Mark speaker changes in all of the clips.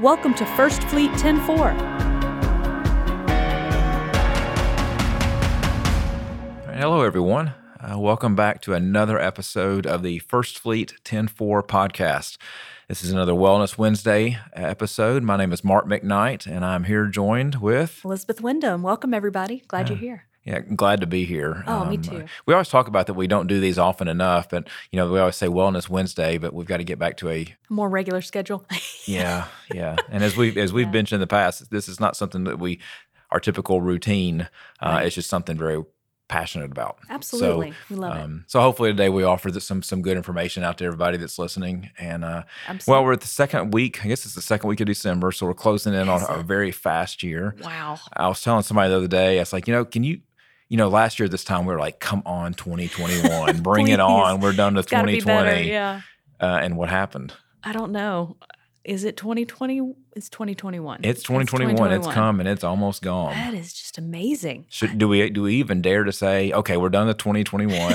Speaker 1: Welcome to First Fleet 104.
Speaker 2: Hello, everyone. Uh, welcome back to another episode of the First Fleet 104 podcast. This is another Wellness Wednesday episode. My name is Mark McKnight, and I'm here joined with.
Speaker 1: Elizabeth Wyndham, welcome everybody. Glad you're here.
Speaker 2: Yeah, glad to be here. Um,
Speaker 1: Oh, me too.
Speaker 2: We always talk about that we don't do these often enough, but you know we always say Wellness Wednesday, but we've got to get back to a
Speaker 1: A more regular schedule.
Speaker 2: yeah, yeah. And as we as we've mentioned in the past, this is not something that we our typical routine. Uh, It's just something very passionate about. So,
Speaker 1: Absolutely. We love it.
Speaker 2: Um, so hopefully today we offer th- some some good information out to everybody that's listening. And uh, well,
Speaker 1: Absolutely.
Speaker 2: we're at the second week. I guess it's the second week of December, so we're closing in on a very fast year.
Speaker 1: wow.
Speaker 2: I was telling somebody the other day, I was like, you know, can you, you know, last year this time we were like, come on, 2021, bring it
Speaker 1: Please.
Speaker 2: on. We're done with
Speaker 1: It's got to be better.
Speaker 2: 2020.
Speaker 1: Yeah.
Speaker 2: uh, and what happened?
Speaker 1: I don't know. Is it 2020? It's 2021.
Speaker 2: It's 2021. It's, come and it's almost gone.
Speaker 1: That is just amazing.
Speaker 2: Should, do we do we even dare to say, okay, we're done with 2021.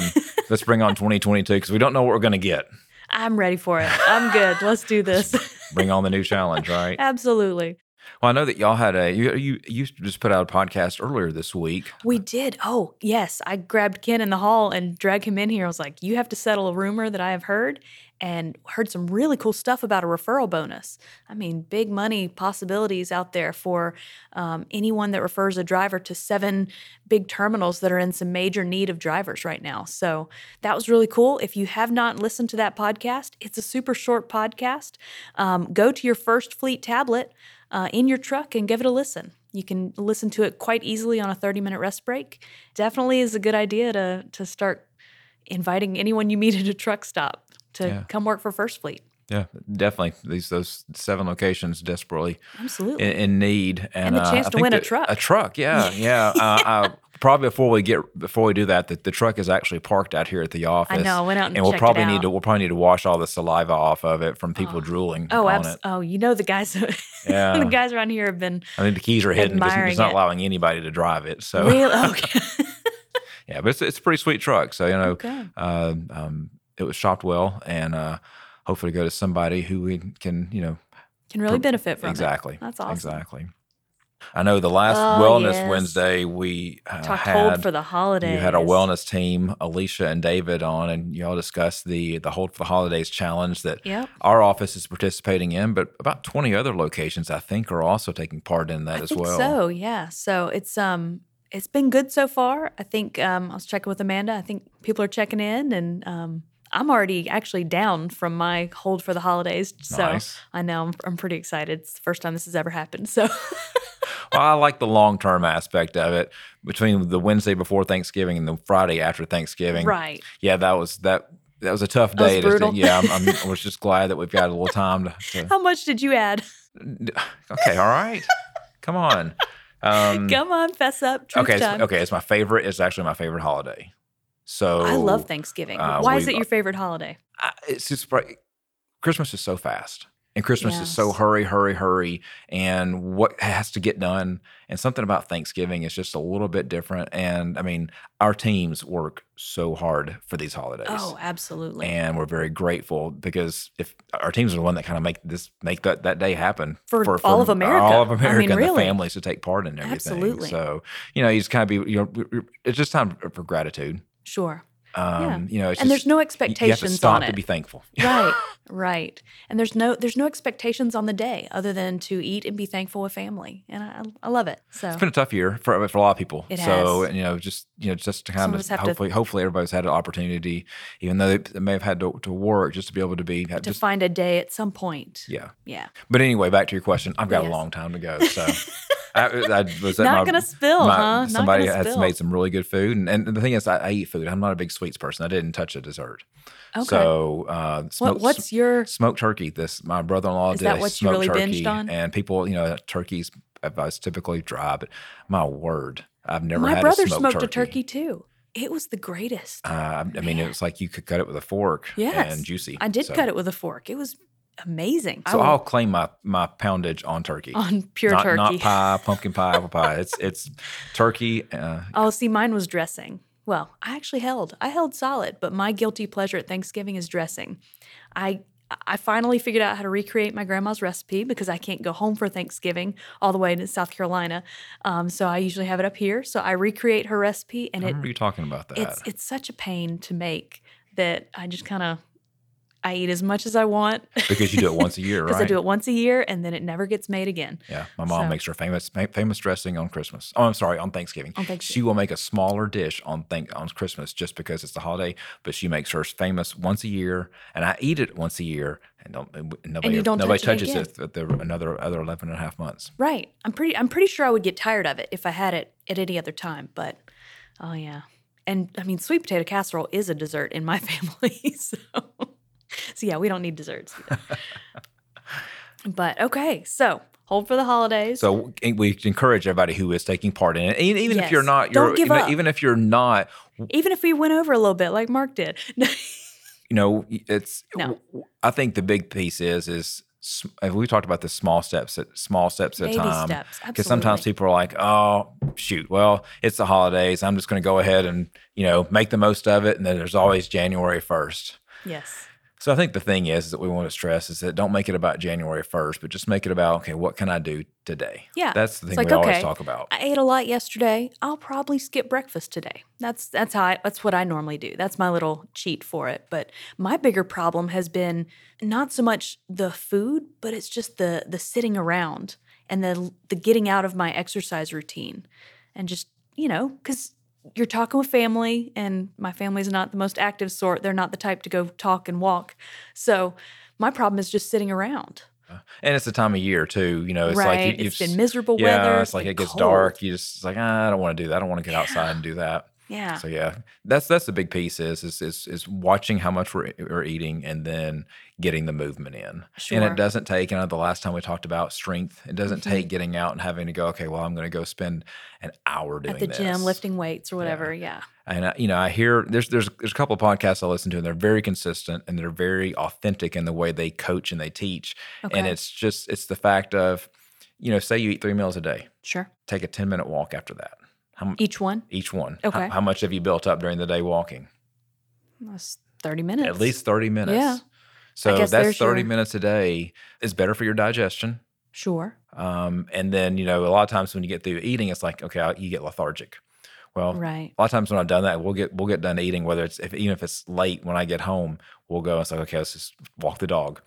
Speaker 2: Let's bring on 2022 because we don't know what we're going to get.
Speaker 1: I'm ready for it. I'm good. Let's do this.
Speaker 2: Bring on the new challenge, right?
Speaker 1: Absolutely.
Speaker 2: Well, I know that y'all had a you you you just put out a podcast earlier this week.
Speaker 1: We did. Oh, yes. I grabbed Ken in the hall and dragged him in here. I was like, you have to settle a rumor that I have heard and heard some really cool stuff about a referral bonus. I mean, big money possibilities out there for um, anyone that refers a driver to seven big terminals that are in some major need of drivers right now. So that was really cool. If you have not listened to that podcast, it's a super short podcast. Um, go to your First Fleet tablet uh, in your truck and give it a listen. You can listen to it quite easily on a 30 minute rest break. Definitely is a good idea to, to start inviting anyone you meet at a truck stop to
Speaker 2: Yeah.
Speaker 1: come work for First Fleet.
Speaker 2: Yeah, definitely. These those seven locations desperately
Speaker 1: Absolutely.
Speaker 2: in, in need, and,
Speaker 1: And the
Speaker 2: uh,
Speaker 1: chance
Speaker 2: I
Speaker 1: to
Speaker 2: think
Speaker 1: win a
Speaker 2: that-
Speaker 1: truck.
Speaker 2: A truck, yeah, yeah. uh, uh, probably before we get before we do that, that the truck is actually parked out here at the office.
Speaker 1: know, I went out and
Speaker 2: we'll
Speaker 1: checked it
Speaker 2: probably need
Speaker 1: out.
Speaker 2: to we'll probably need to wash all the saliva off of it from people drooling.
Speaker 1: oh,
Speaker 2: on
Speaker 1: abs-
Speaker 2: it.
Speaker 1: oh, you know the guys
Speaker 2: Yeah.
Speaker 1: the guys around here have been
Speaker 2: I think the keys are hidden because
Speaker 1: Admiring
Speaker 2: it's not
Speaker 1: it.
Speaker 2: allowing anybody to drive it. So
Speaker 1: real okay.
Speaker 2: yeah, but it's it's a pretty sweet truck. So you know,
Speaker 1: Okay.
Speaker 2: uh, um, it was shopped well, and uh, hopefully go to somebody who we can you know
Speaker 1: Can really benefit from it.
Speaker 2: exactly.
Speaker 1: That's awesome.
Speaker 2: Exactly. I know the last
Speaker 1: Oh,
Speaker 2: Wellness
Speaker 1: yes.
Speaker 2: Wednesday we uh,
Speaker 1: Talked
Speaker 2: had
Speaker 1: hold for the holidays.
Speaker 2: you had a wellness team, Alicia and David, on, and y'all discussed the the hold for the holidays challenge that
Speaker 1: Yep.
Speaker 2: our office is participating in, but about twenty other locations I think are also taking part in that
Speaker 1: I
Speaker 2: as
Speaker 1: think
Speaker 2: well.
Speaker 1: So yeah, so it's um it's been good so far. I think um I was checking with Amanda. I think people are checking in, and um I'm already actually down from my hold for the holidays. So
Speaker 2: Nice.
Speaker 1: I know I'm, I'm pretty excited. It's the first time this has ever happened. So
Speaker 2: Well, I like the long term aspect of it between the Wednesday before Thanksgiving and the Friday after Thanksgiving.
Speaker 1: right,
Speaker 2: Yeah, that was that. That was a tough
Speaker 1: That was
Speaker 2: day. to-
Speaker 1: brutal.
Speaker 2: yeah, I'm, I'm, I was just glad that we've got a little time to, to
Speaker 1: how much did you add?
Speaker 2: Okay, all right. Come on. Um,
Speaker 1: Come on, fess up. Truth
Speaker 2: okay, it's,
Speaker 1: time.
Speaker 2: okay. It's my favorite. It's actually my favorite holiday. So
Speaker 1: I love Thanksgiving.
Speaker 2: uh,
Speaker 1: Why is
Speaker 2: we-
Speaker 1: it your favorite holiday?
Speaker 2: I- it's just pri- Christmas is so fast, and Christmas is so
Speaker 1: Yes.
Speaker 2: hurry, hurry, hurry, and what has to get done. And something about Thanksgiving is just a little bit different. And I mean, our teams work so hard for these holidays.
Speaker 1: Oh, absolutely.
Speaker 2: And we're very grateful because if our teams are the one that kind of make this make that, that day happen
Speaker 1: For all of America.
Speaker 2: all of
Speaker 1: I mean,
Speaker 2: America, and
Speaker 1: really.
Speaker 2: the families to take part in everything.
Speaker 1: Absolutely.
Speaker 2: So you know, you just kind of be you know, it's just time for gratitude.
Speaker 1: sure.
Speaker 2: Um, You know, it's
Speaker 1: and
Speaker 2: just,
Speaker 1: there's no
Speaker 2: you- You have to
Speaker 1: expectations
Speaker 2: stop
Speaker 1: on it.
Speaker 2: to be thankful.
Speaker 1: right right and there's no there's no expectations on the day other than to eat and be thankful with family and i, I love it so
Speaker 2: It's been a tough year for for a lot of people.
Speaker 1: It
Speaker 2: so
Speaker 1: has.
Speaker 2: you know, just you know, just to
Speaker 1: Some
Speaker 2: kind
Speaker 1: of
Speaker 2: of
Speaker 1: us have to-
Speaker 2: hopefully, hopefully everybody's had an opportunity, even though they may have had to, to work just to be able to be
Speaker 1: to
Speaker 2: just
Speaker 1: find a day at some point
Speaker 2: yeah.
Speaker 1: yeah
Speaker 2: But anyway, back to your question. I've got
Speaker 1: Yes.
Speaker 2: a long time to go, so I, I was at
Speaker 1: not
Speaker 2: my-
Speaker 1: gonna spill
Speaker 2: my-
Speaker 1: huh Uh-huh, Not
Speaker 2: Somebody
Speaker 1: gonna
Speaker 2: has
Speaker 1: spill.
Speaker 2: made some really good food, and, and the thing is, I, I eat food. I'm not a big sweets person. I didn't touch a dessert.
Speaker 1: okay
Speaker 2: So uh,
Speaker 1: what,
Speaker 2: smoked,
Speaker 1: what's your
Speaker 2: smoked turkey? This my brother-in-law
Speaker 1: Is
Speaker 2: did
Speaker 1: that
Speaker 2: a
Speaker 1: what you
Speaker 2: smoked
Speaker 1: really
Speaker 2: turkey,
Speaker 1: binged on?
Speaker 2: and people, you know, turkeys. Advice typically dry, but my word, I've never
Speaker 1: my
Speaker 2: had
Speaker 1: brother
Speaker 2: a smoked,
Speaker 1: smoked
Speaker 2: turkey.
Speaker 1: a turkey too it was the greatest
Speaker 2: Uh, I mean, it was like you could cut it with a fork
Speaker 1: Yes.
Speaker 2: and juicy.
Speaker 1: i did
Speaker 2: so,
Speaker 1: cut it with a fork it was amazing I
Speaker 2: So
Speaker 1: will-
Speaker 2: I'll claim my my poundage on turkey.
Speaker 1: on pure
Speaker 2: not,
Speaker 1: turkey
Speaker 2: not pie, pumpkin pie, apple pie. It's it's turkey. Uh,
Speaker 1: Oh, see, mine was dressing. Well, I actually held. I held solid, but my guilty pleasure at Thanksgiving is dressing. I I finally figured out how to recreate my grandma's recipe because I can't go home for Thanksgiving all the way to South Carolina. Um, so I usually have it up here. So I recreate her recipe, and
Speaker 2: I
Speaker 1: it
Speaker 2: remember you talking about that.
Speaker 1: it's it's such a pain to make that I just kind of I eat as much as I want
Speaker 2: because you do it once a year, right?
Speaker 1: because I do it once a year, and then it never gets made again.
Speaker 2: Yeah, my mom
Speaker 1: So-
Speaker 2: makes her famous fa- famous dressing on Christmas. Oh, I'm sorry, on Thanksgiving.
Speaker 1: On
Speaker 2: She
Speaker 1: Thanksgiving.
Speaker 2: will make a smaller dish on thank on Christmas just because it's the holiday, but she makes hers famous once a year, and I eat it once a year, and, don't, and nobody
Speaker 1: you don't
Speaker 2: nobody
Speaker 1: touch it
Speaker 2: touches it, at the, another other 11 and a half months.
Speaker 1: Right. I'm pretty I'm pretty sure I would get tired of it if I had it at any other time, but oh yeah. And I mean sweet potato casserole is a dessert in my family. So So yeah, we don't need desserts. either. but okay, so hold for the holidays.
Speaker 2: So we encourage everybody who is taking part in it, and even if you're
Speaker 1: Yes.
Speaker 2: not, you're,
Speaker 1: Don't give
Speaker 2: even,
Speaker 1: up.
Speaker 2: even if you're not,
Speaker 1: Even if we went over a little bit like Mark did.
Speaker 2: you know it's
Speaker 1: No.
Speaker 2: w- i think the big piece is is s- and we talked about the small steps at small steps at a
Speaker 1: Baby
Speaker 2: time
Speaker 1: steps,
Speaker 2: sometimes
Speaker 1: absolutely.
Speaker 2: people are like oh shoot well it's the holidays i'm just going to go ahead and you know make the most of it and then there's always january 1st
Speaker 1: yes.
Speaker 2: so i think the thing is, is that we want to stress is that don't make it about january 1st but just make it about okay what can i do today
Speaker 1: Yeah.
Speaker 2: that's the thing
Speaker 1: Uh, It's like,
Speaker 2: we always
Speaker 1: okay,
Speaker 2: talk about
Speaker 1: I ate a lot yesterday. I'll probably skip breakfast today. That's that's how I, that's what I normally do. That's my little cheat for it. But my bigger problem has been not so much the food, but it's just the the sitting around and the the getting out of my exercise routine, and just you know because you're talking with family, and my family's not the most active sort. They're not the type to go talk and walk. So my problem is just sitting around.
Speaker 2: and it's the time of year too you know Oh, it's
Speaker 1: right?
Speaker 2: like you,
Speaker 1: it's
Speaker 2: you've
Speaker 1: been
Speaker 2: s-
Speaker 1: miserable
Speaker 2: yeah
Speaker 1: weather.
Speaker 2: it's like
Speaker 1: been
Speaker 2: it gets
Speaker 1: cold.
Speaker 2: dark you just it's like ah, i don't want to do that i don't want to get outside and do that
Speaker 1: Yeah.
Speaker 2: So yeah, that's that's the big piece is is is, is watching how much we're, we're eating and then getting the movement in. And
Speaker 1: Sure. Mm-hmm.
Speaker 2: it doesn't take. And the last time we talked about strength, it doesn't take getting out and having to go. Okay, well, I'm going to go spend an hour doing
Speaker 1: at the
Speaker 2: this.
Speaker 1: gym lifting weights or whatever. Yeah.
Speaker 2: And I, you know, I hear there's there's there's a couple of podcasts I listen to, and they're very consistent and they're very authentic in the way they coach and they teach. And
Speaker 1: Okay.
Speaker 2: it's just it's the fact of, you know, say you eat three meals a day,
Speaker 1: Sure.
Speaker 2: take a ten minute walk after that. How, m-
Speaker 1: Each one
Speaker 2: each one. How-
Speaker 1: E Okay.
Speaker 2: how much have you built up during the day walking?
Speaker 1: that's 30 minutes.
Speaker 2: At least 30 minutes.
Speaker 1: Yeah.
Speaker 2: So
Speaker 1: guess
Speaker 2: that's
Speaker 1: there's
Speaker 2: 30
Speaker 1: your-
Speaker 2: minutes a day is better for your digestion.
Speaker 1: Sure.
Speaker 2: Um, and then, you know, a lot of times when you get through eating, it's like, okay, I'll- you get lethargic. Well,
Speaker 1: Right.
Speaker 2: a lot of times when I've done that, we'll get we'll get done eating, whether it's if even if it's late when I get home, we'll go and it's like, okay, let's just walk the dog.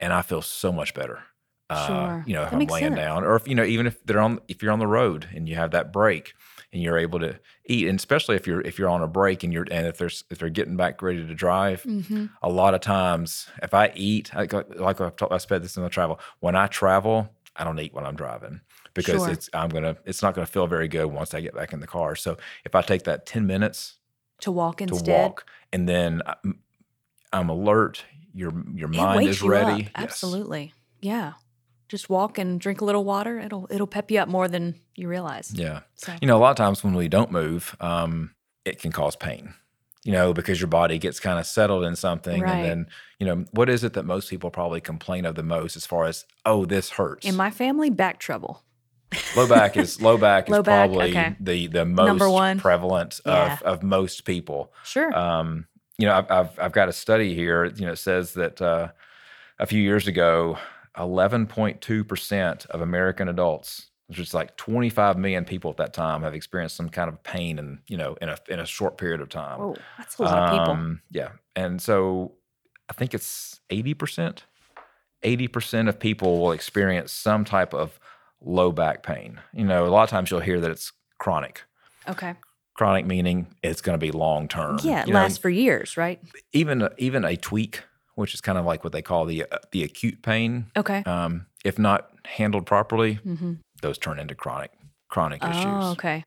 Speaker 2: And I feel so much better. uh,
Speaker 1: Sure.
Speaker 2: you know, if
Speaker 1: That
Speaker 2: I'm
Speaker 1: makes
Speaker 2: laying
Speaker 1: sense.
Speaker 2: down. Or if you know, even if they're on if you're on the road and you have that break and you're able to eat, and especially if you're if you're on a break and you're and if there's if they're getting back ready to drive,
Speaker 1: Mm-hmm.
Speaker 2: a lot of times if I eat, like, like I've, talked, I've said this in the travel, when I travel, I don't eat when I'm driving because
Speaker 1: Sure.
Speaker 2: it's I'm gonna it's not gonna feel very good once I get back in the car. So if I take that ten minutes
Speaker 1: To walk
Speaker 2: to
Speaker 1: instead.
Speaker 2: walk and then I, am alert, your your
Speaker 1: It
Speaker 2: mind
Speaker 1: wakes
Speaker 2: is
Speaker 1: you up,
Speaker 2: ready. Yes.
Speaker 1: Absolutely. Yeah. Just walk and drink a little water. It'll it'll pep you up more than you realize.
Speaker 2: Yeah.
Speaker 1: So
Speaker 2: You know, a lot of times when we don't move, um, it can cause pain. You know, because your body gets kind of settled in something,
Speaker 1: Right.
Speaker 2: and then you know what is it that most people probably complain of the most, as far as oh, this hurts.
Speaker 1: in my family, back trouble.
Speaker 2: Low back is low back is
Speaker 1: Low back,
Speaker 2: probably
Speaker 1: okay.
Speaker 2: the the most
Speaker 1: Number one.
Speaker 2: prevalent
Speaker 1: Yeah.
Speaker 2: of, of most people.
Speaker 1: Sure.
Speaker 2: Um, you know, I've, I've I've got a study here. You know, it says that uh, a few years ago, eleven point two percent of American adults, which is like twenty five million people at that time, have experienced some kind of pain, and you know, in a in a short period of time.
Speaker 1: Whoa, that's a lot of people.
Speaker 2: Um, Yeah, and so I think it's eighty percent. Eighty percent of people will experience some type of low back pain. You know, a lot of times you'll hear that it's chronic.
Speaker 1: Okay.
Speaker 2: Chronic meaning it's going to be long term.
Speaker 1: Yeah, it
Speaker 2: um, You know,
Speaker 1: lasts for years, right?
Speaker 2: even even a tweak, which is kind of like what they call the uh, the acute pain.
Speaker 1: Okay.
Speaker 2: Um, if not handled properly,
Speaker 1: mm-hmm.
Speaker 2: those turn into chronic chronic
Speaker 1: Oh,
Speaker 2: issues.
Speaker 1: okay.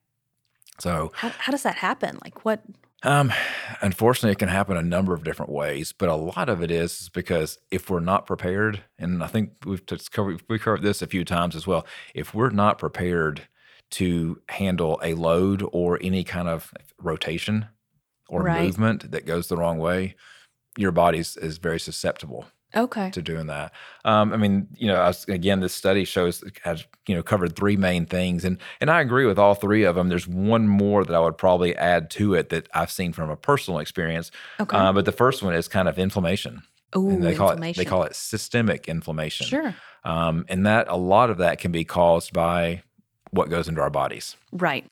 Speaker 2: So
Speaker 1: How, how does that happen? Like what?
Speaker 2: Um, unfortunately, it can happen a number of different ways, but a lot of it is, is because if we're not prepared, and I think we've just covered, we covered this a few times as well. If we're not prepared to handle a load or any kind of rotation or
Speaker 1: Right.
Speaker 2: movement that goes the wrong way, your body is very susceptible
Speaker 1: Okay.
Speaker 2: to doing that. Um, I mean, you know, I was, again, this study shows has you know covered three main things, and and I agree with all three of them. There's one more that I would probably add to it that I've seen from a personal experience,
Speaker 1: Okay.
Speaker 2: uh, but the first one is kind of inflammation.
Speaker 1: Ooh,
Speaker 2: um, and they call it
Speaker 1: inflammation.
Speaker 2: they call it systemic inflammation.
Speaker 1: Sure.
Speaker 2: Um, and that a lot of that can be caused by what goes into our bodies.
Speaker 1: Right.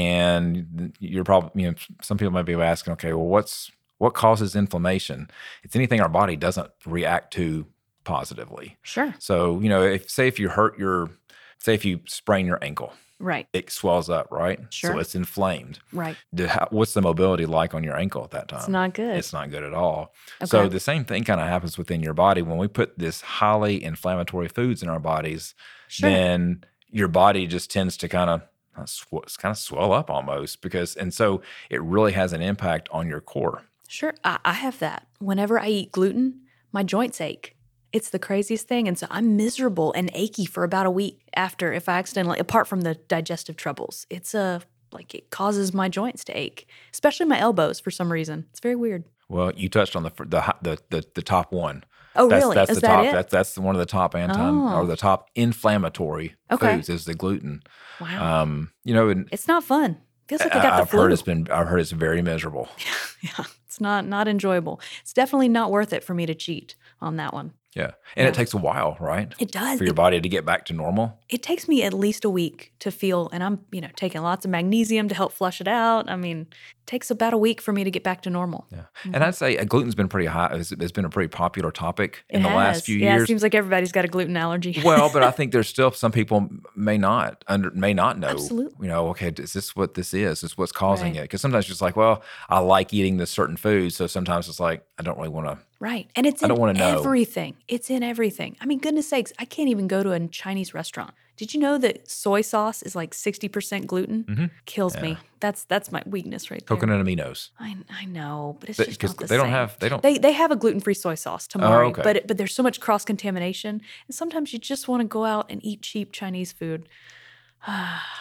Speaker 2: And you're probably you know some people might be asking, okay, well, what's what causes inflammation? It's anything our body doesn't react to positively.
Speaker 1: Sure.
Speaker 2: So you know, if say if you hurt your say if you sprain your ankle,
Speaker 1: Right.
Speaker 2: it swells up, right? So
Speaker 1: Sure.
Speaker 2: it's inflamed.
Speaker 1: Right.
Speaker 2: Do- how- what's the mobility like on your ankle at that time?
Speaker 1: It's not good.
Speaker 2: Um, It's not good at all.
Speaker 1: Okay.
Speaker 2: So the same thing kind of happens within your body when we put this highly inflammatory foods in our bodies.
Speaker 1: sure.
Speaker 2: Then your body just tends to kind of sw- kind of swell up almost because, and so it really has an impact on your core.
Speaker 1: Sure. I, I have that. Whenever I eat gluten, my joints ache. It's the craziest thing. And so I'm miserable and achy for about a week after if I accidentally, apart from the digestive troubles, it's a, like it causes my joints to ache, especially my elbows for some reason. It's very weird.
Speaker 2: Well, you touched on the fir- the hi- the the, the top one.
Speaker 1: Oh,
Speaker 2: that's
Speaker 1: really?
Speaker 2: that's
Speaker 1: Is
Speaker 2: the
Speaker 1: that
Speaker 2: top.
Speaker 1: it?
Speaker 2: That's that's one of the top anti or
Speaker 1: Oh.
Speaker 2: the top inflammatory
Speaker 1: Okay.
Speaker 2: foods is the gluten.
Speaker 1: wow.
Speaker 2: Um, you know, and
Speaker 1: it's not fun. Feels like I, got
Speaker 2: I,
Speaker 1: the
Speaker 2: have
Speaker 1: flu.
Speaker 2: heard it's been I've heard it's very miserable.
Speaker 1: yeah. It's not not enjoyable. It's definitely not worth it for me to cheat on that one.
Speaker 2: Yeah, and
Speaker 1: Yeah.
Speaker 2: it takes a while, right,
Speaker 1: It does.
Speaker 2: for your
Speaker 1: It,
Speaker 2: body to get back to normal.
Speaker 1: it takes me at least a week to feel and I'm, you know, taking lots of magnesium to help flush it out. I mean, it takes about a week for me to get back to normal.
Speaker 2: Yeah, and I'd say uh, gluten's been pretty high. It's, it's been a pretty popular topic in
Speaker 1: It
Speaker 2: the
Speaker 1: has.
Speaker 2: last few
Speaker 1: yeah,
Speaker 2: years.
Speaker 1: it seems like everybody's got a gluten allergy.
Speaker 2: well, but I think there's still some people m- may not under may not know.
Speaker 1: Absolutely.
Speaker 2: You know, okay, is this what this is? Is what's causing
Speaker 1: Right.
Speaker 2: it? Because sometimes you're just like, well, I like eating this certain food, so sometimes it's like I don't really want to.
Speaker 1: right. And it's
Speaker 2: I
Speaker 1: in
Speaker 2: don't wanna know.
Speaker 1: everything. It's in everything. I mean, goodness sakes, I can't even go to a Chinese restaurant. Did you know that soy sauce is like 60% gluten?
Speaker 2: Mhm.
Speaker 1: Kills
Speaker 2: Yeah.
Speaker 1: me. That's that's my weakness right there.
Speaker 2: Coconut aminos
Speaker 1: I, I know, but it's just
Speaker 2: because
Speaker 1: not the
Speaker 2: they don't
Speaker 1: same.
Speaker 2: have they don't.
Speaker 1: They they have a gluten free soy sauce tomorrow,
Speaker 2: Oh. okay.
Speaker 1: but it, but there's so much cross contamination, and sometimes you just want to go out and eat cheap Chinese food,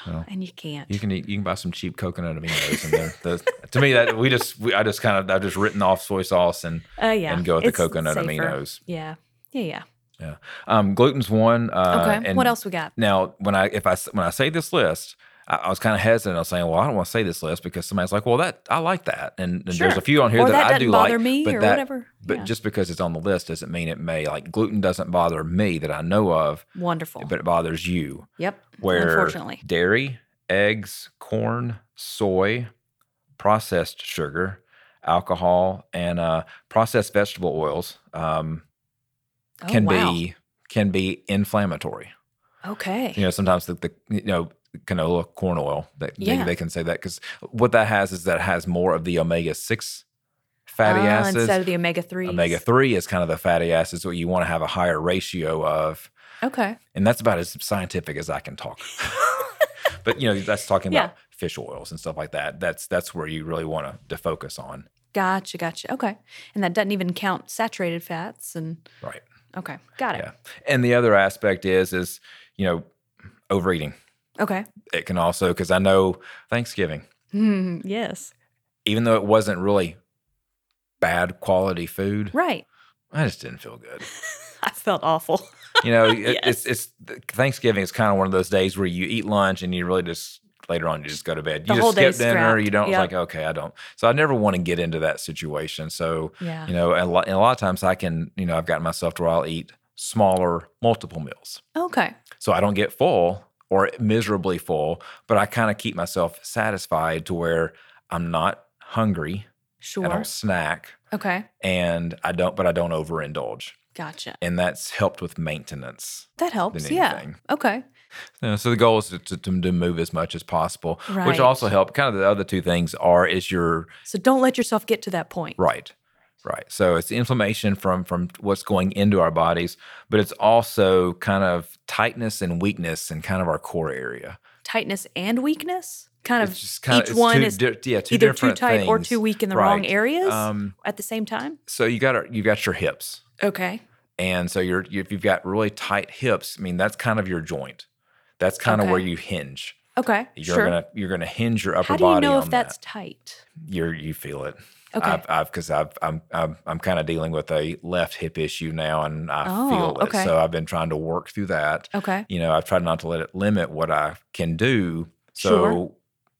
Speaker 2: Well,
Speaker 1: and you can't.
Speaker 2: you can eat, you can buy some cheap coconut aminos, and they're- those- to me that we just we, I just kind of I've just written off soy sauce and
Speaker 1: uh, yeah,
Speaker 2: and go with the
Speaker 1: it's
Speaker 2: coconut
Speaker 1: safer.
Speaker 2: aminos.
Speaker 1: Yeah, yeah, yeah.
Speaker 2: Um, gluten's one. Uh,
Speaker 1: Okay,
Speaker 2: And
Speaker 1: what else we got?
Speaker 2: Now, when I if I s- when I say this list, I, I was kind of hesitant. I was saying, well, I don't want to say this list because somebody's like, well, that I like that, and, and there's
Speaker 1: Sure.
Speaker 2: a few on here
Speaker 1: or
Speaker 2: that,
Speaker 1: that
Speaker 2: I
Speaker 1: doesn't
Speaker 2: do
Speaker 1: bother
Speaker 2: like,
Speaker 1: me,
Speaker 2: but
Speaker 1: or
Speaker 2: that-
Speaker 1: whatever.
Speaker 2: But
Speaker 1: Yeah.
Speaker 2: just because it's on the list doesn't mean it may like gluten doesn't bother me that I know of,
Speaker 1: wonderful.
Speaker 2: but it bothers you.
Speaker 1: yep.
Speaker 2: Where
Speaker 1: Unfortunately.
Speaker 2: dairy, eggs, corn, soy, processed sugar, alcohol, and uh, processed vegetable oils um,
Speaker 1: Oh,
Speaker 2: can
Speaker 1: wow.
Speaker 2: be can be inflammatory
Speaker 1: okay.
Speaker 2: you know sometimes the, the you know canola corn oil that maybe
Speaker 1: Yeah.
Speaker 2: they can say that because what that has is that it has more of the omega-6 fatty
Speaker 1: Ah, instead
Speaker 2: acids
Speaker 1: of the omega three.
Speaker 2: omega-3 is kind of the fatty acids what you want to have a higher ratio of
Speaker 1: Okay.
Speaker 2: and that's about as scientific as i can talk but you know that's talking
Speaker 1: Yeah.
Speaker 2: about fish oils and stuff like that that's that's where you really want to focus on
Speaker 1: Gotcha. Gotcha. Okay. And that doesn't even count saturated fats and
Speaker 2: right
Speaker 1: okay. Got it.
Speaker 2: Yeah. and the other aspect is is you know overeating
Speaker 1: Okay.
Speaker 2: it can also because i know thanksgiving
Speaker 1: Hmm, yes.
Speaker 2: even though it wasn't really bad quality food,
Speaker 1: Right.
Speaker 2: I just didn't feel good.
Speaker 1: I felt awful.
Speaker 2: You know, it-
Speaker 1: Yes.
Speaker 2: it's it's Thanksgiving is kind of one of those days where you eat lunch and you really just later on you just go to bed. You
Speaker 1: The
Speaker 2: just
Speaker 1: whole
Speaker 2: skip
Speaker 1: day's
Speaker 2: dinner. You
Speaker 1: scrapped.
Speaker 2: don't it's
Speaker 1: Yep.
Speaker 2: like okay, I don't. So I never want to get into that situation. So
Speaker 1: Yeah.
Speaker 2: you know, a lot, and a lot of times I can, you know, I've gotten myself to where I'll eat smaller multiple meals,
Speaker 1: Okay.
Speaker 2: so I don't get full or miserably full, but I kind of keep myself satisfied to where I'm not hungry. I
Speaker 1: Sure.
Speaker 2: don't snack.
Speaker 1: Okay.
Speaker 2: and I don't, but I don't overindulge.
Speaker 1: Gotcha.
Speaker 2: And that's helped with maintenance.
Speaker 1: That helps. Yeah.
Speaker 2: anything.
Speaker 1: Okay.
Speaker 2: You know, so the goal is to, to, to move as much as possible, which
Speaker 1: Right.
Speaker 2: also help. Kind of the other two things are is your
Speaker 1: So don't let yourself get to that point.
Speaker 2: right, right. So it's inflammation from from what's going into our bodies, but it's also kind of tightness and weakness in kind of our core area.
Speaker 1: Tightness and weakness. Kind of
Speaker 2: It's just kind
Speaker 1: each
Speaker 2: of it's
Speaker 1: one
Speaker 2: two
Speaker 1: is
Speaker 2: di- yeah, two
Speaker 1: either too
Speaker 2: different
Speaker 1: tight or
Speaker 2: things.
Speaker 1: too weak in the wrong
Speaker 2: Right.
Speaker 1: areas
Speaker 2: Um,
Speaker 1: at the same time.
Speaker 2: so you got you got your hips.
Speaker 1: Okay.
Speaker 2: And so you're if you've got really tight hips, I mean that's kind of your joint. That's kind of where
Speaker 1: Okay.
Speaker 2: you hinge.
Speaker 1: Okay.
Speaker 2: You're
Speaker 1: sure.
Speaker 2: gonna you're gonna hinge your upper
Speaker 1: How do you
Speaker 2: body
Speaker 1: know
Speaker 2: on
Speaker 1: if that's
Speaker 2: that.
Speaker 1: tight?
Speaker 2: You're you feel it.
Speaker 1: Okay.
Speaker 2: I've I've because I've I'm I'm I'm kind of dealing with a left hip issue now and I
Speaker 1: Oh,
Speaker 2: feel it.
Speaker 1: okay.
Speaker 2: So I've been trying to work through that.
Speaker 1: okay.
Speaker 2: You know, I've tried not to let it limit what I can do. So
Speaker 1: Sure.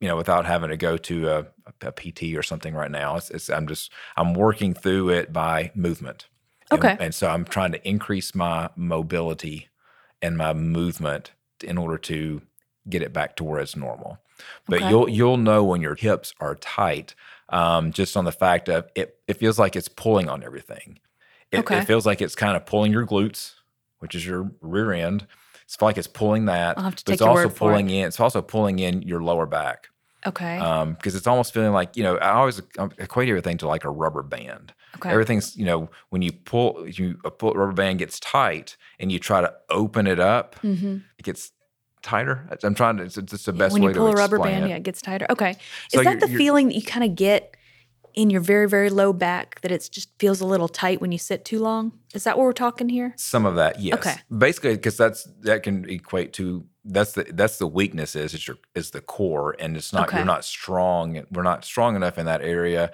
Speaker 2: you know, without having to go to a, a PT or something right now. It's, it's I'm just I'm working through it by movement. And-
Speaker 1: Okay.
Speaker 2: And, so I'm trying to increase my mobility and my movement in order to get it back to where it's normal. But
Speaker 1: Okay.
Speaker 2: you'll you'll know when your hips are tight, um, just on the fact of it. It feels like it's pulling on everything. It,
Speaker 1: Okay.
Speaker 2: it feels like it's kind of pulling your glutes, which is your rear end. It's like it's pulling that.
Speaker 1: I'll have to
Speaker 2: but
Speaker 1: take
Speaker 2: it's
Speaker 1: your
Speaker 2: also
Speaker 1: word for
Speaker 2: pulling
Speaker 1: it.
Speaker 2: in. It's also pulling in your lower back
Speaker 1: Okay.
Speaker 2: because it's almost feeling like you know. I always um, equate everything to like a rubber band.
Speaker 1: okay.
Speaker 2: Everything's you know when you pull you a pull, rubber band gets tight and you try to open it up,
Speaker 1: Mhm.
Speaker 2: it gets tighter. I'm trying to. It's, it's the best
Speaker 1: when
Speaker 2: way
Speaker 1: you pull
Speaker 2: to
Speaker 1: a rubber
Speaker 2: explain
Speaker 1: band,
Speaker 2: it.
Speaker 1: yeah, it gets tighter. Okay.
Speaker 2: So
Speaker 1: Is that
Speaker 2: you're-
Speaker 1: the
Speaker 2: you're-
Speaker 1: feeling that you kind of get in your very, very low back that it's just feels a little tight when you sit too long? Is that what we're talking here?
Speaker 2: Some of that, yes.
Speaker 1: Okay.
Speaker 2: Basically, because that's that can equate to that's the that's the weakness is it's your is the core, and it's not
Speaker 1: Okay.
Speaker 2: you're not strong. We're not strong enough in that area.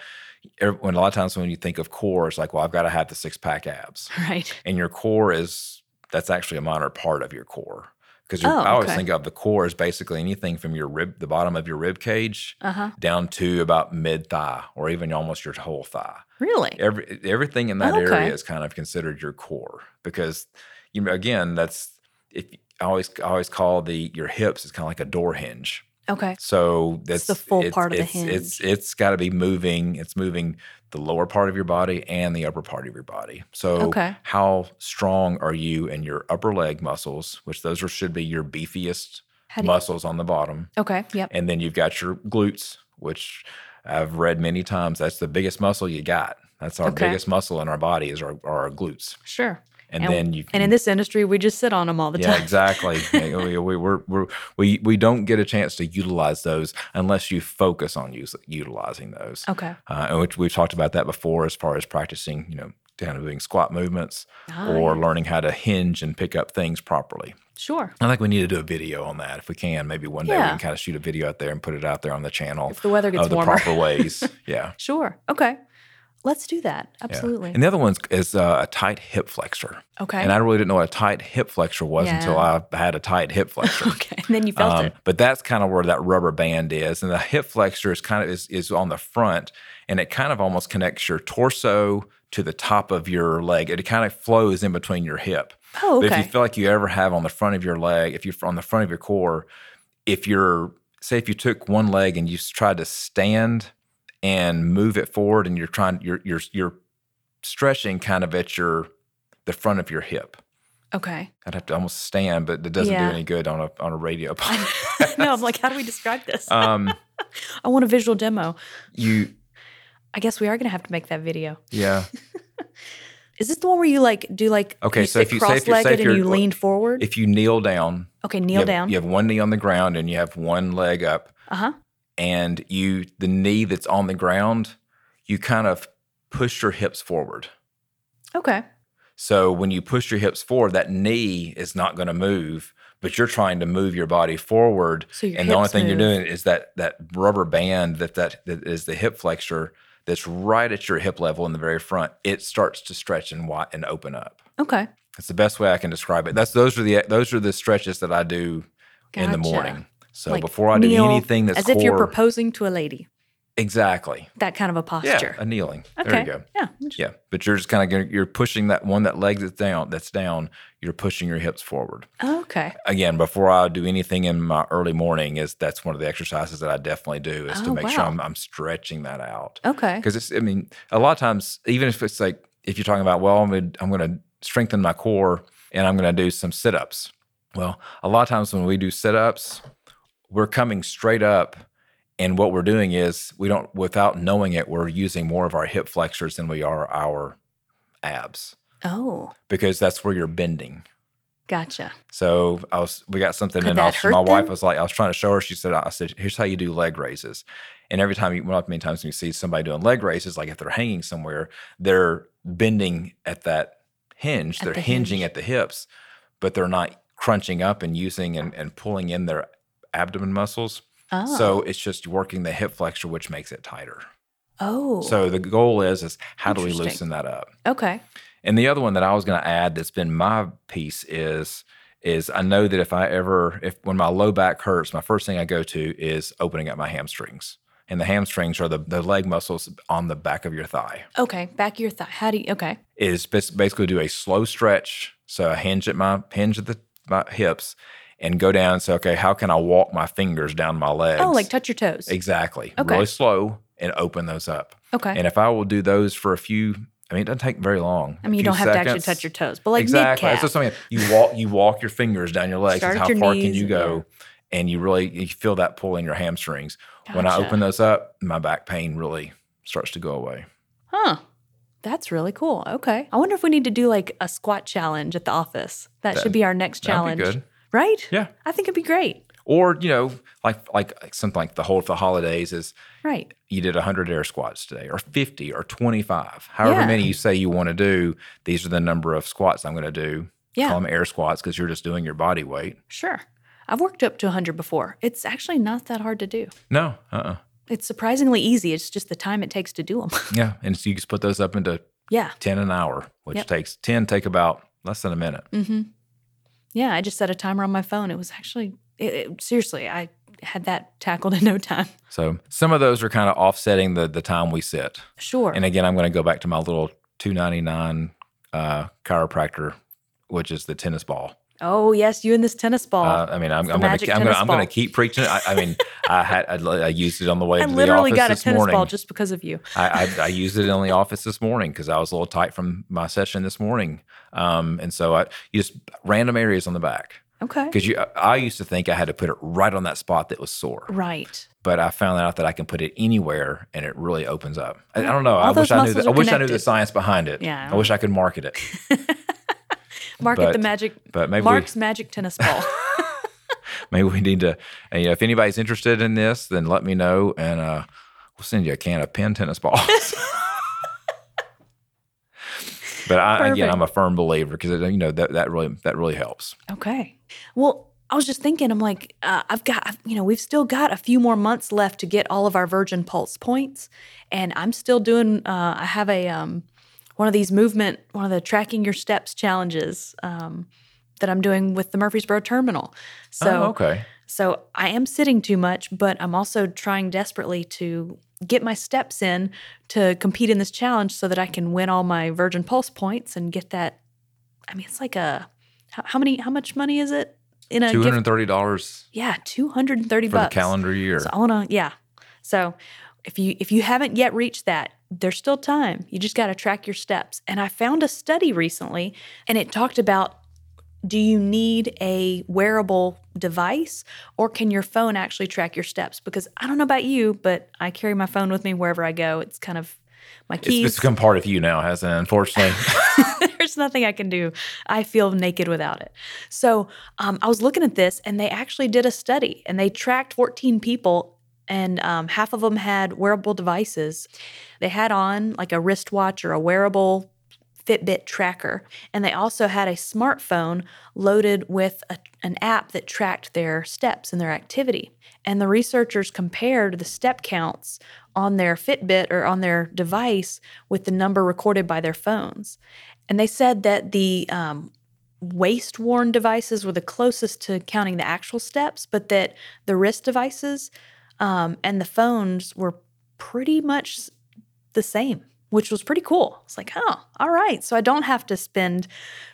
Speaker 2: Ev- When a lot of times when you think of core, it's like, well, I've got to have the six pack abs,
Speaker 1: Right.
Speaker 2: and your core is that's actually a minor part of your core. Because
Speaker 1: Oh,
Speaker 2: I always
Speaker 1: okay.
Speaker 2: think of the core as basically anything from your rib, the bottom of your rib cage,
Speaker 1: Uh huh.
Speaker 2: down to about mid thigh, or even almost your whole thigh
Speaker 1: Really?
Speaker 2: every everything in that
Speaker 1: Oh, Okay.
Speaker 2: area is kind of considered your core because you know again that's if I always I always call the your hips is kind of like a door hinge.
Speaker 1: Okay.
Speaker 2: So that's
Speaker 1: the full part of the
Speaker 2: it's, It's it's got to be moving. It's moving the lower part of your body and the upper part of your body. So
Speaker 1: Okay.
Speaker 2: how strong are you in your upper leg muscles, which those are, should be your beefiest
Speaker 1: How do you,
Speaker 2: muscles on the bottom,
Speaker 1: okay. Yep.
Speaker 2: and then you've got your glutes, which I've read many times. That's the biggest muscle you got. That's our
Speaker 1: Okay.
Speaker 2: biggest muscle in our body is our, are our glutes.
Speaker 1: Sure.
Speaker 2: And,
Speaker 1: And-
Speaker 2: then you
Speaker 1: And in this industry, we just sit on them all the
Speaker 2: yeah,
Speaker 1: time.
Speaker 2: exactly. Yeah, we, we, we're, we're, we, we don't get a chance to utilize those unless you focus on us utilizing those.
Speaker 1: Okay.
Speaker 2: Uh, and which we've talked about that before as far as practicing, you know, kind of doing squat movements
Speaker 1: Ah,
Speaker 2: or
Speaker 1: yeah.
Speaker 2: learning how to hinge and pick up things properly.
Speaker 1: Sure.
Speaker 2: I think we need to do a video on that if we can. Maybe one day we
Speaker 1: Yeah.
Speaker 2: can kind of shoot a video out there and put it out there on the channel
Speaker 1: If the weather gets
Speaker 2: of the
Speaker 1: warmer.
Speaker 2: proper ways. yeah.
Speaker 1: Sure. Okay. Let's do that.
Speaker 2: yeah.
Speaker 1: Absolutely.
Speaker 2: And the other one is uh, a tight hip flexor.
Speaker 1: okay.
Speaker 2: And I really didn't know what a tight hip flexor was until I had a tight hip flexor.
Speaker 1: okay. And then you felt
Speaker 2: Um,
Speaker 1: it.
Speaker 2: but that's kind of where that rubber band is, and the hip flexor is kind of is, is on the front, and it kind of almost connects your torso to the top of your leg. It kind of flows in between your hip.
Speaker 1: Oh,
Speaker 2: But if
Speaker 1: okay.
Speaker 2: you feel like you ever have on the front of your leg, if you're on the front of your core, if you're, say, if you took one leg and you s- tried to stand and move it forward and you're trying, you're, you're, you're stretching kind of at your, the front of your hip.
Speaker 1: okay.
Speaker 2: I'd have to almost stand, but it doesn't
Speaker 1: Yeah.
Speaker 2: do any good on a, on a radio podcast.
Speaker 1: no, I'm like, how do we describe this?
Speaker 2: um,
Speaker 1: I want a visual demo.
Speaker 2: you,
Speaker 1: I guess we are going to have to make that video.
Speaker 2: yeah.
Speaker 1: Is this the one where you like do like
Speaker 2: Okay,
Speaker 1: You
Speaker 2: so if
Speaker 1: sit
Speaker 2: you- say if you're- say
Speaker 1: cross-legged
Speaker 2: if you're-
Speaker 1: and you leaned forward.
Speaker 2: If you kneel down,
Speaker 1: okay,
Speaker 2: you
Speaker 1: kneel
Speaker 2: have-
Speaker 1: down.
Speaker 2: you have one knee on the ground and you have one leg up.
Speaker 1: Uh huh.
Speaker 2: and you the knee that's on the ground, you kind of push your hips forward.
Speaker 1: Okay.
Speaker 2: So when you push your hips forward, that knee is not going to move, but you're trying to move your body forward,
Speaker 1: So your
Speaker 2: and the only
Speaker 1: hips
Speaker 2: thing you're
Speaker 1: move.
Speaker 2: doing is that that rubber band that, that that is the hip flexor that's right at your hip level in the very front. It starts to stretch and wide and open up.
Speaker 1: Okay.
Speaker 2: That's the best way I can describe it. That's those are the those are the stretches that I do in
Speaker 1: Gotcha.
Speaker 2: the morning. So
Speaker 1: Like
Speaker 2: before I do
Speaker 1: kneel
Speaker 2: anything that's
Speaker 1: As if you're
Speaker 2: core-
Speaker 1: proposing to a lady.
Speaker 2: exactly.
Speaker 1: That kind of a posture.
Speaker 2: Yeah, a kneeling. There
Speaker 1: okay.
Speaker 2: you go.
Speaker 1: Yeah.
Speaker 2: Yeah, but you're just kind of gonna, you're pushing that one that leg that's down that's down. You're pushing your hips forward
Speaker 1: Okay.
Speaker 2: again. Before I do anything in my early morning, is that's one of the exercises that I definitely do is to
Speaker 1: Oh,
Speaker 2: make sure
Speaker 1: wow.
Speaker 2: I'm, I'm stretching that out
Speaker 1: Okay.
Speaker 2: because it's. I mean, a lot of times, even if it's like if you're talking about, well, I'm gonna, I'm gonna strengthen my core and I'm gonna do some sit ups. Well, a lot of times when we do sit ups, we're coming straight up. And what we're doing is we don't, without knowing it, we're using more of our hip flexors than we are our abs
Speaker 1: Oh,
Speaker 2: because that's where you're bending.
Speaker 1: gotcha.
Speaker 2: So I was, we got something,
Speaker 1: Could
Speaker 2: and I
Speaker 1: that
Speaker 2: was, my
Speaker 1: hurt
Speaker 2: wife
Speaker 1: them?
Speaker 2: was like, I was trying to show her. She said, I said, here's how you do leg raises. And every time you, well, many times you see somebody doing leg raises, like if they're hanging somewhere, they're bending at that hinge,
Speaker 1: At
Speaker 2: they're
Speaker 1: the
Speaker 2: hinging
Speaker 1: hinge.
Speaker 2: at the hips, but they're not crunching up and using and, and pulling in their abdomen muscles.
Speaker 1: Oh.
Speaker 2: So it's just working the hip flexor, which makes it tighter.
Speaker 1: Oh.
Speaker 2: So the goal is, is how do we
Speaker 1: Interesting.
Speaker 2: loosen that up?
Speaker 1: Okay.
Speaker 2: And the other one that I was going to add that's been my piece is is I know that if I ever if when my low back hurts, my first thing I go to is opening up my hamstrings, and the hamstrings are the, the leg muscles on the back of your thigh.
Speaker 1: Okay, back of your thigh. How do you? Okay,
Speaker 2: Is bas- basically do a slow stretch. So I hinge at my hinge at the my hips and go down. So okay, how can I walk my fingers down my legs?
Speaker 1: oh, like touch your toes.
Speaker 2: exactly.
Speaker 1: Okay.
Speaker 2: Really slow and open those up.
Speaker 1: Okay,
Speaker 2: And if I will do those for a few, I mean, it doesn't take very long.
Speaker 1: I mean you don't have to actually touch your toes, but like
Speaker 2: exactly.
Speaker 1: mid
Speaker 2: It's just something you walk. You walk your fingers down your legs.
Speaker 1: Start at
Speaker 2: is how
Speaker 1: your
Speaker 2: far can
Speaker 1: knees
Speaker 2: you
Speaker 1: and-
Speaker 2: go? And you really you feel that pull in your hamstrings. When I
Speaker 1: Gotcha.
Speaker 2: open those up, my back pain really starts to go away.
Speaker 1: Huh. That's really cool. Okay. I wonder if we need to do like a squat challenge at the office. That,
Speaker 2: That-
Speaker 1: should be our next
Speaker 2: that'd
Speaker 1: challenge.
Speaker 2: be good.
Speaker 1: Right?
Speaker 2: Yeah.
Speaker 1: I think it'd be great.
Speaker 2: Or you know, like like, like something like the whole of the holidays is
Speaker 1: Right.
Speaker 2: you did 100 air squats today or 50 or 25 however
Speaker 1: Yeah.
Speaker 2: many you say you want to do these are the number of squats i'm going to do
Speaker 1: Yeah.
Speaker 2: call them air squats because you're just doing your body weight
Speaker 1: Sure. I've worked up to 100 before. It's actually not that hard to do.
Speaker 2: no uh-uh
Speaker 1: It's surprisingly easy. It's just the time it takes to do them.
Speaker 2: yeah and so you can split those up into
Speaker 1: yeah.
Speaker 2: 10 an hour which
Speaker 1: Yep.
Speaker 2: takes 10 take about less than a minute
Speaker 1: Mm-hmm. Yeah. I just set a timer on my phone. It was actually, it, it- seriously, I had that tackled in no time.
Speaker 2: so some of those are kind of offsetting the the time we sit
Speaker 1: Sure.
Speaker 2: and again i'm going to go back to my little 299 uh chiropractor which is the tennis ball
Speaker 1: oh, yes. You and this tennis ball.
Speaker 2: Uh, I mean, I'm,
Speaker 1: Oh, the
Speaker 2: I'm gonna,
Speaker 1: magic
Speaker 2: I'm gonna,
Speaker 1: tennis
Speaker 2: I'm gonna
Speaker 1: ball.
Speaker 2: keep preaching. it. I, I mean, I had, I, li- I used it on the way
Speaker 1: I
Speaker 2: to
Speaker 1: literally
Speaker 2: the office
Speaker 1: got a
Speaker 2: this
Speaker 1: tennis
Speaker 2: morning.
Speaker 1: ball just because of you.
Speaker 2: I, I, I used it in the office this morning because I was a little tight from my session this morning, um, and so I you just random areas on the back
Speaker 1: Okay.
Speaker 2: because you. I- I used to think I had to put it right on that spot that was sore,
Speaker 1: Right.
Speaker 2: but I found out that I can put it anywhere and it really opens up. I, I don't know.
Speaker 1: All
Speaker 2: I wish
Speaker 1: those
Speaker 2: I knew.
Speaker 1: muscles
Speaker 2: The, I
Speaker 1: are
Speaker 2: wish I knew the
Speaker 1: connected.
Speaker 2: science behind it.
Speaker 1: Yeah, I
Speaker 2: I
Speaker 1: don't-
Speaker 2: wish I could market it,
Speaker 1: Market the
Speaker 2: But-
Speaker 1: magic
Speaker 2: but maybe we-
Speaker 1: Mark's magic tennis ball.
Speaker 2: Maybe we need to, and, you know, if anybody's interested in this, then let me know and uh, we'll send you a can of pin tennis balls. but I, again,
Speaker 1: Perfect.
Speaker 2: I'm a firm believer because, you know, that, that really, that really helps.
Speaker 1: okay. Well, I was just thinking, I'm like, uh, I've got, I've- you know, we've still got a few more months left to get all of our Virgin Pulse points, and I'm still doing. Uh, I have a um, one of these movement, one of the tracking your steps challenges um, that I'm doing with the Murfreesboro Terminal. So
Speaker 2: oh, okay.
Speaker 1: So I am sitting too much, but I'm also trying desperately to get my steps in to compete in this challenge so that I can win all my Virgin Pulse points and get that. I mean, it's like a how, how many? How much money is it in a gift?
Speaker 2: $230
Speaker 1: Yeah, two hundred and thirty
Speaker 2: for
Speaker 1: uh, bucks.
Speaker 2: the calendar year.
Speaker 1: So I wanna, yeah. So if you if you haven't yet reached that, there's still time. You just gotta track your steps. And I found a study recently and it talked about do you need a wearable device or can your phone actually track your steps? Because I don't know about you, but I carry my phone with me wherever I go. It's kind of my
Speaker 2: it's,
Speaker 1: keys.
Speaker 2: it's become part of you now, hasn't it? Unfortunately.
Speaker 1: There's nothing I can do. I feel naked without it. So um, I was looking at this, and they actually did a study, and they tracked 14 people, and um, half of them had wearable devices. They had on like a wristwatch or a wearable Fitbit tracker, and they also had a smartphone loaded with a, an app that tracked their steps and their activity. And the researchers compared the step counts on their Fitbit or on their device with the number recorded by their phones. And they said that the um, waist worn devices were the closest to counting the actual steps, but that the wrist devices um, and the phones were pretty much the same, which was pretty cool. It's like, oh, all right. So I don't have to spend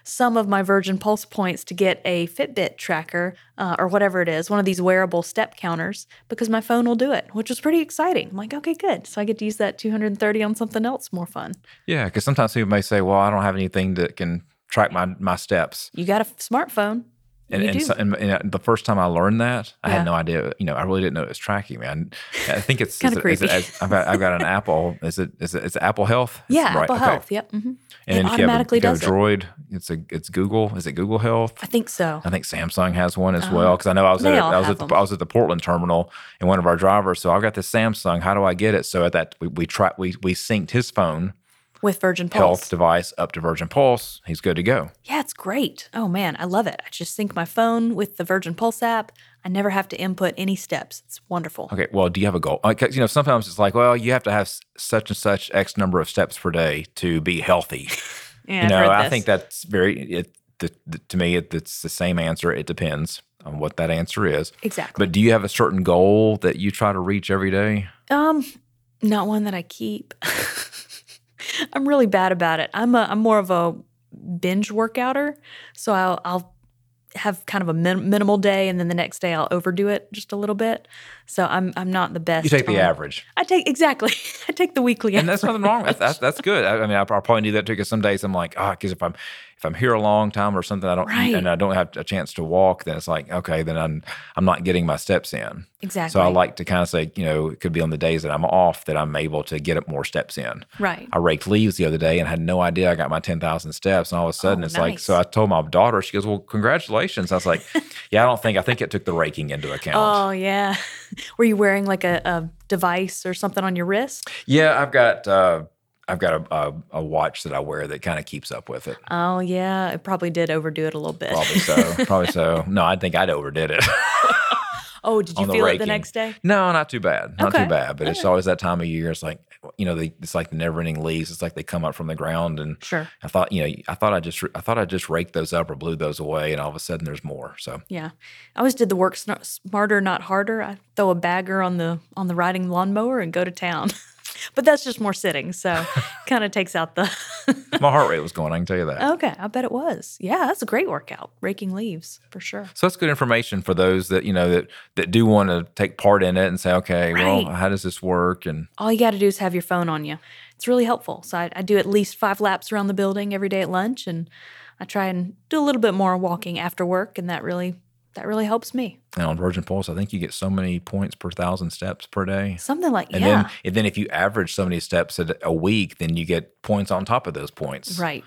Speaker 1: some of my Virgin Pulse points to get a Fitbit tracker uh, or whatever it is, one of these wearable step counters, because my phone will do it, which was pretty exciting. I'm like, okay, good. So I get to use that 230 on something else more fun.
Speaker 2: yeah. Because sometimes people may say, well, I don't have anything that can track my, my steps.
Speaker 1: You got a f- smartphone.
Speaker 2: And,
Speaker 1: you
Speaker 2: and,
Speaker 1: do.
Speaker 2: so, and, and the first time I learned that, I
Speaker 1: Yeah.
Speaker 2: had no idea. You know, I really didn't know it was tracking me. I, I think it's
Speaker 1: Kinda
Speaker 2: is it- is it-
Speaker 1: creepy.
Speaker 2: I've, got, I've got an Apple. Is it? Is it? It's Apple Health.
Speaker 1: yeah,
Speaker 2: right,
Speaker 1: Apple
Speaker 2: okay.
Speaker 1: Health. Yep. hmm
Speaker 2: And
Speaker 1: It
Speaker 2: then if
Speaker 1: automatically
Speaker 2: you have, a-
Speaker 1: does
Speaker 2: if you have a Droid. It's a. It's Google. Is it Google Health?
Speaker 1: I think so.
Speaker 2: I think Samsung has one as well because I know I was at
Speaker 1: Uh-huh. they
Speaker 2: a,
Speaker 1: all
Speaker 2: I was
Speaker 1: have
Speaker 2: at the,
Speaker 1: them.
Speaker 2: I was at the Portland terminal and one of our drivers. So I've got this Samsung. How do I get it? So at that we we try, we we synced his phone
Speaker 1: With Virgin Pulse.
Speaker 2: health device up to Virgin Pulse. He's good to go.
Speaker 1: Yeah, it's great. Oh man, I love it. I just sync my phone with the Virgin Pulse app. I never have to input any steps. It's wonderful.
Speaker 2: Okay, well, do you have a goal? Like, 'cause, you know, sometimes it's like, well, you have to have s- such and such X number of steps per day to be healthy.
Speaker 1: Yeah,
Speaker 2: you
Speaker 1: I've
Speaker 2: know,
Speaker 1: read
Speaker 2: I
Speaker 1: this.
Speaker 2: think that's very, it, the, the- to me, it, it's the same answer. It depends. on what that answer is.
Speaker 1: Exactly.
Speaker 2: But do you have a certain goal that you try to reach every day?
Speaker 1: Um, not one that I keep. I'm really bad about it. I'm a I'm more of a binge workouter, so I'll I'll have kind of a min- minimal day, and then the next day I'll overdo it just a little bit. So I'm I'm not the best.
Speaker 2: You take the
Speaker 1: on-
Speaker 2: average.
Speaker 1: I take exactly. I take the weekly.
Speaker 2: and that's nothing wrong. That's, that's that's good. I, I mean, I, prob- probably do that too. Because some days I'm like, ah, because if I'm if I'm here a long time or something, I don't
Speaker 1: Right.
Speaker 2: and I don't have a chance to walk, then it's like, okay, then I'm I'm not getting my steps in.
Speaker 1: exactly.
Speaker 2: So I like to kind of say, you know, it could be on the days that I'm off that I'm able to get up more steps in.
Speaker 1: right.
Speaker 2: I raked leaves the other day and had no idea I got my 10,000 steps. And all of a sudden,
Speaker 1: Oh,
Speaker 2: it's like, so I
Speaker 1: nice.
Speaker 2: told my daughter, she goes, Well, congratulations. I was like, Yeah, I don't think, I think it took the raking into account.
Speaker 1: Oh yeah. Were you wearing like a, a device or something on your wrist?
Speaker 2: yeah, I've got, uh, I've got a, a, a watch that I wear that kind of keeps up with it.
Speaker 1: Oh yeah. It probably did overdo it a little bit.
Speaker 2: Probably so. Probably so. No, I think I'd overdid it.
Speaker 1: oh, did you
Speaker 2: On the
Speaker 1: feel it
Speaker 2: raking.
Speaker 1: the next day?
Speaker 2: no, not too bad. Not
Speaker 1: Okay.
Speaker 2: too bad. But it's
Speaker 1: Okay.
Speaker 2: always that time of year. It's like, you know, they, it's like the never ending leaves. It's like they come up from the ground. And
Speaker 1: Sure.
Speaker 2: I thought, you know, I thought I just, I thought I just raked those up or blew those away. And all of a sudden there's more. So
Speaker 1: Yeah, I always did the work sn- smarter, not harder. I throw a bagger on the on the riding lawnmower and go to town. but that's just more sitting, so kind of takes out the.
Speaker 2: my heart rate was going. I can tell you that.
Speaker 1: okay, I bet it was. Yeah, that's a great workout, raking leaves for sure.
Speaker 2: So that's good information for those that you know that that do want to take part in it and say, okay, well,
Speaker 1: Right.
Speaker 2: how does this work? And
Speaker 1: All you got to do is have your phone on you. It's really helpful. So I, I do at least five laps around the building every day at lunch, and I try and do a little bit more walking after work, and that really that really helps me.
Speaker 2: and on Virgin Pulse, I think you get so many points per thousand steps per day.
Speaker 1: Something like
Speaker 2: And
Speaker 1: yeah,
Speaker 2: then and then if you average so many steps a, a week, then you get points on top of those points.
Speaker 1: right.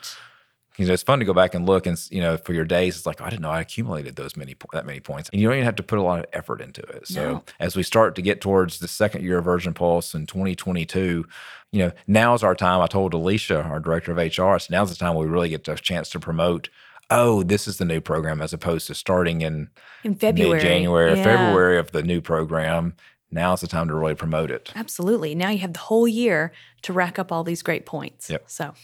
Speaker 2: You know, it's fun to go back and look and s- you know for your days. It's like oh, I didn't know I accumulated those many po- that many points, and you don't even have to put a lot of effort into it. So
Speaker 1: No.
Speaker 2: as we start to get towards the second year of Virgin Pulse in 2022, you know now's our time. I told Alicia, our director of HR, so now's the time we really get a chance to promote. Oh, this is the new program as opposed to starting in
Speaker 1: In February,
Speaker 2: January,
Speaker 1: Yeah.
Speaker 2: February of the new program. Now's the time to really promote it.
Speaker 1: Absolutely. Now you have the whole year to rack up all these great points.
Speaker 2: Yep.
Speaker 1: So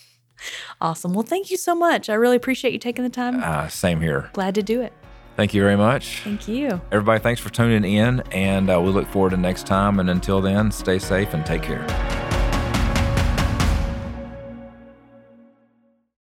Speaker 1: awesome. Well, thank you so much. I really appreciate you taking the time.
Speaker 2: Uh, same here.
Speaker 1: Glad to do it.
Speaker 2: Thank you very much.
Speaker 1: Thank you.
Speaker 2: Everybody, thanks for tuning in, and uh, we look forward to next time. And until then, stay safe and take care.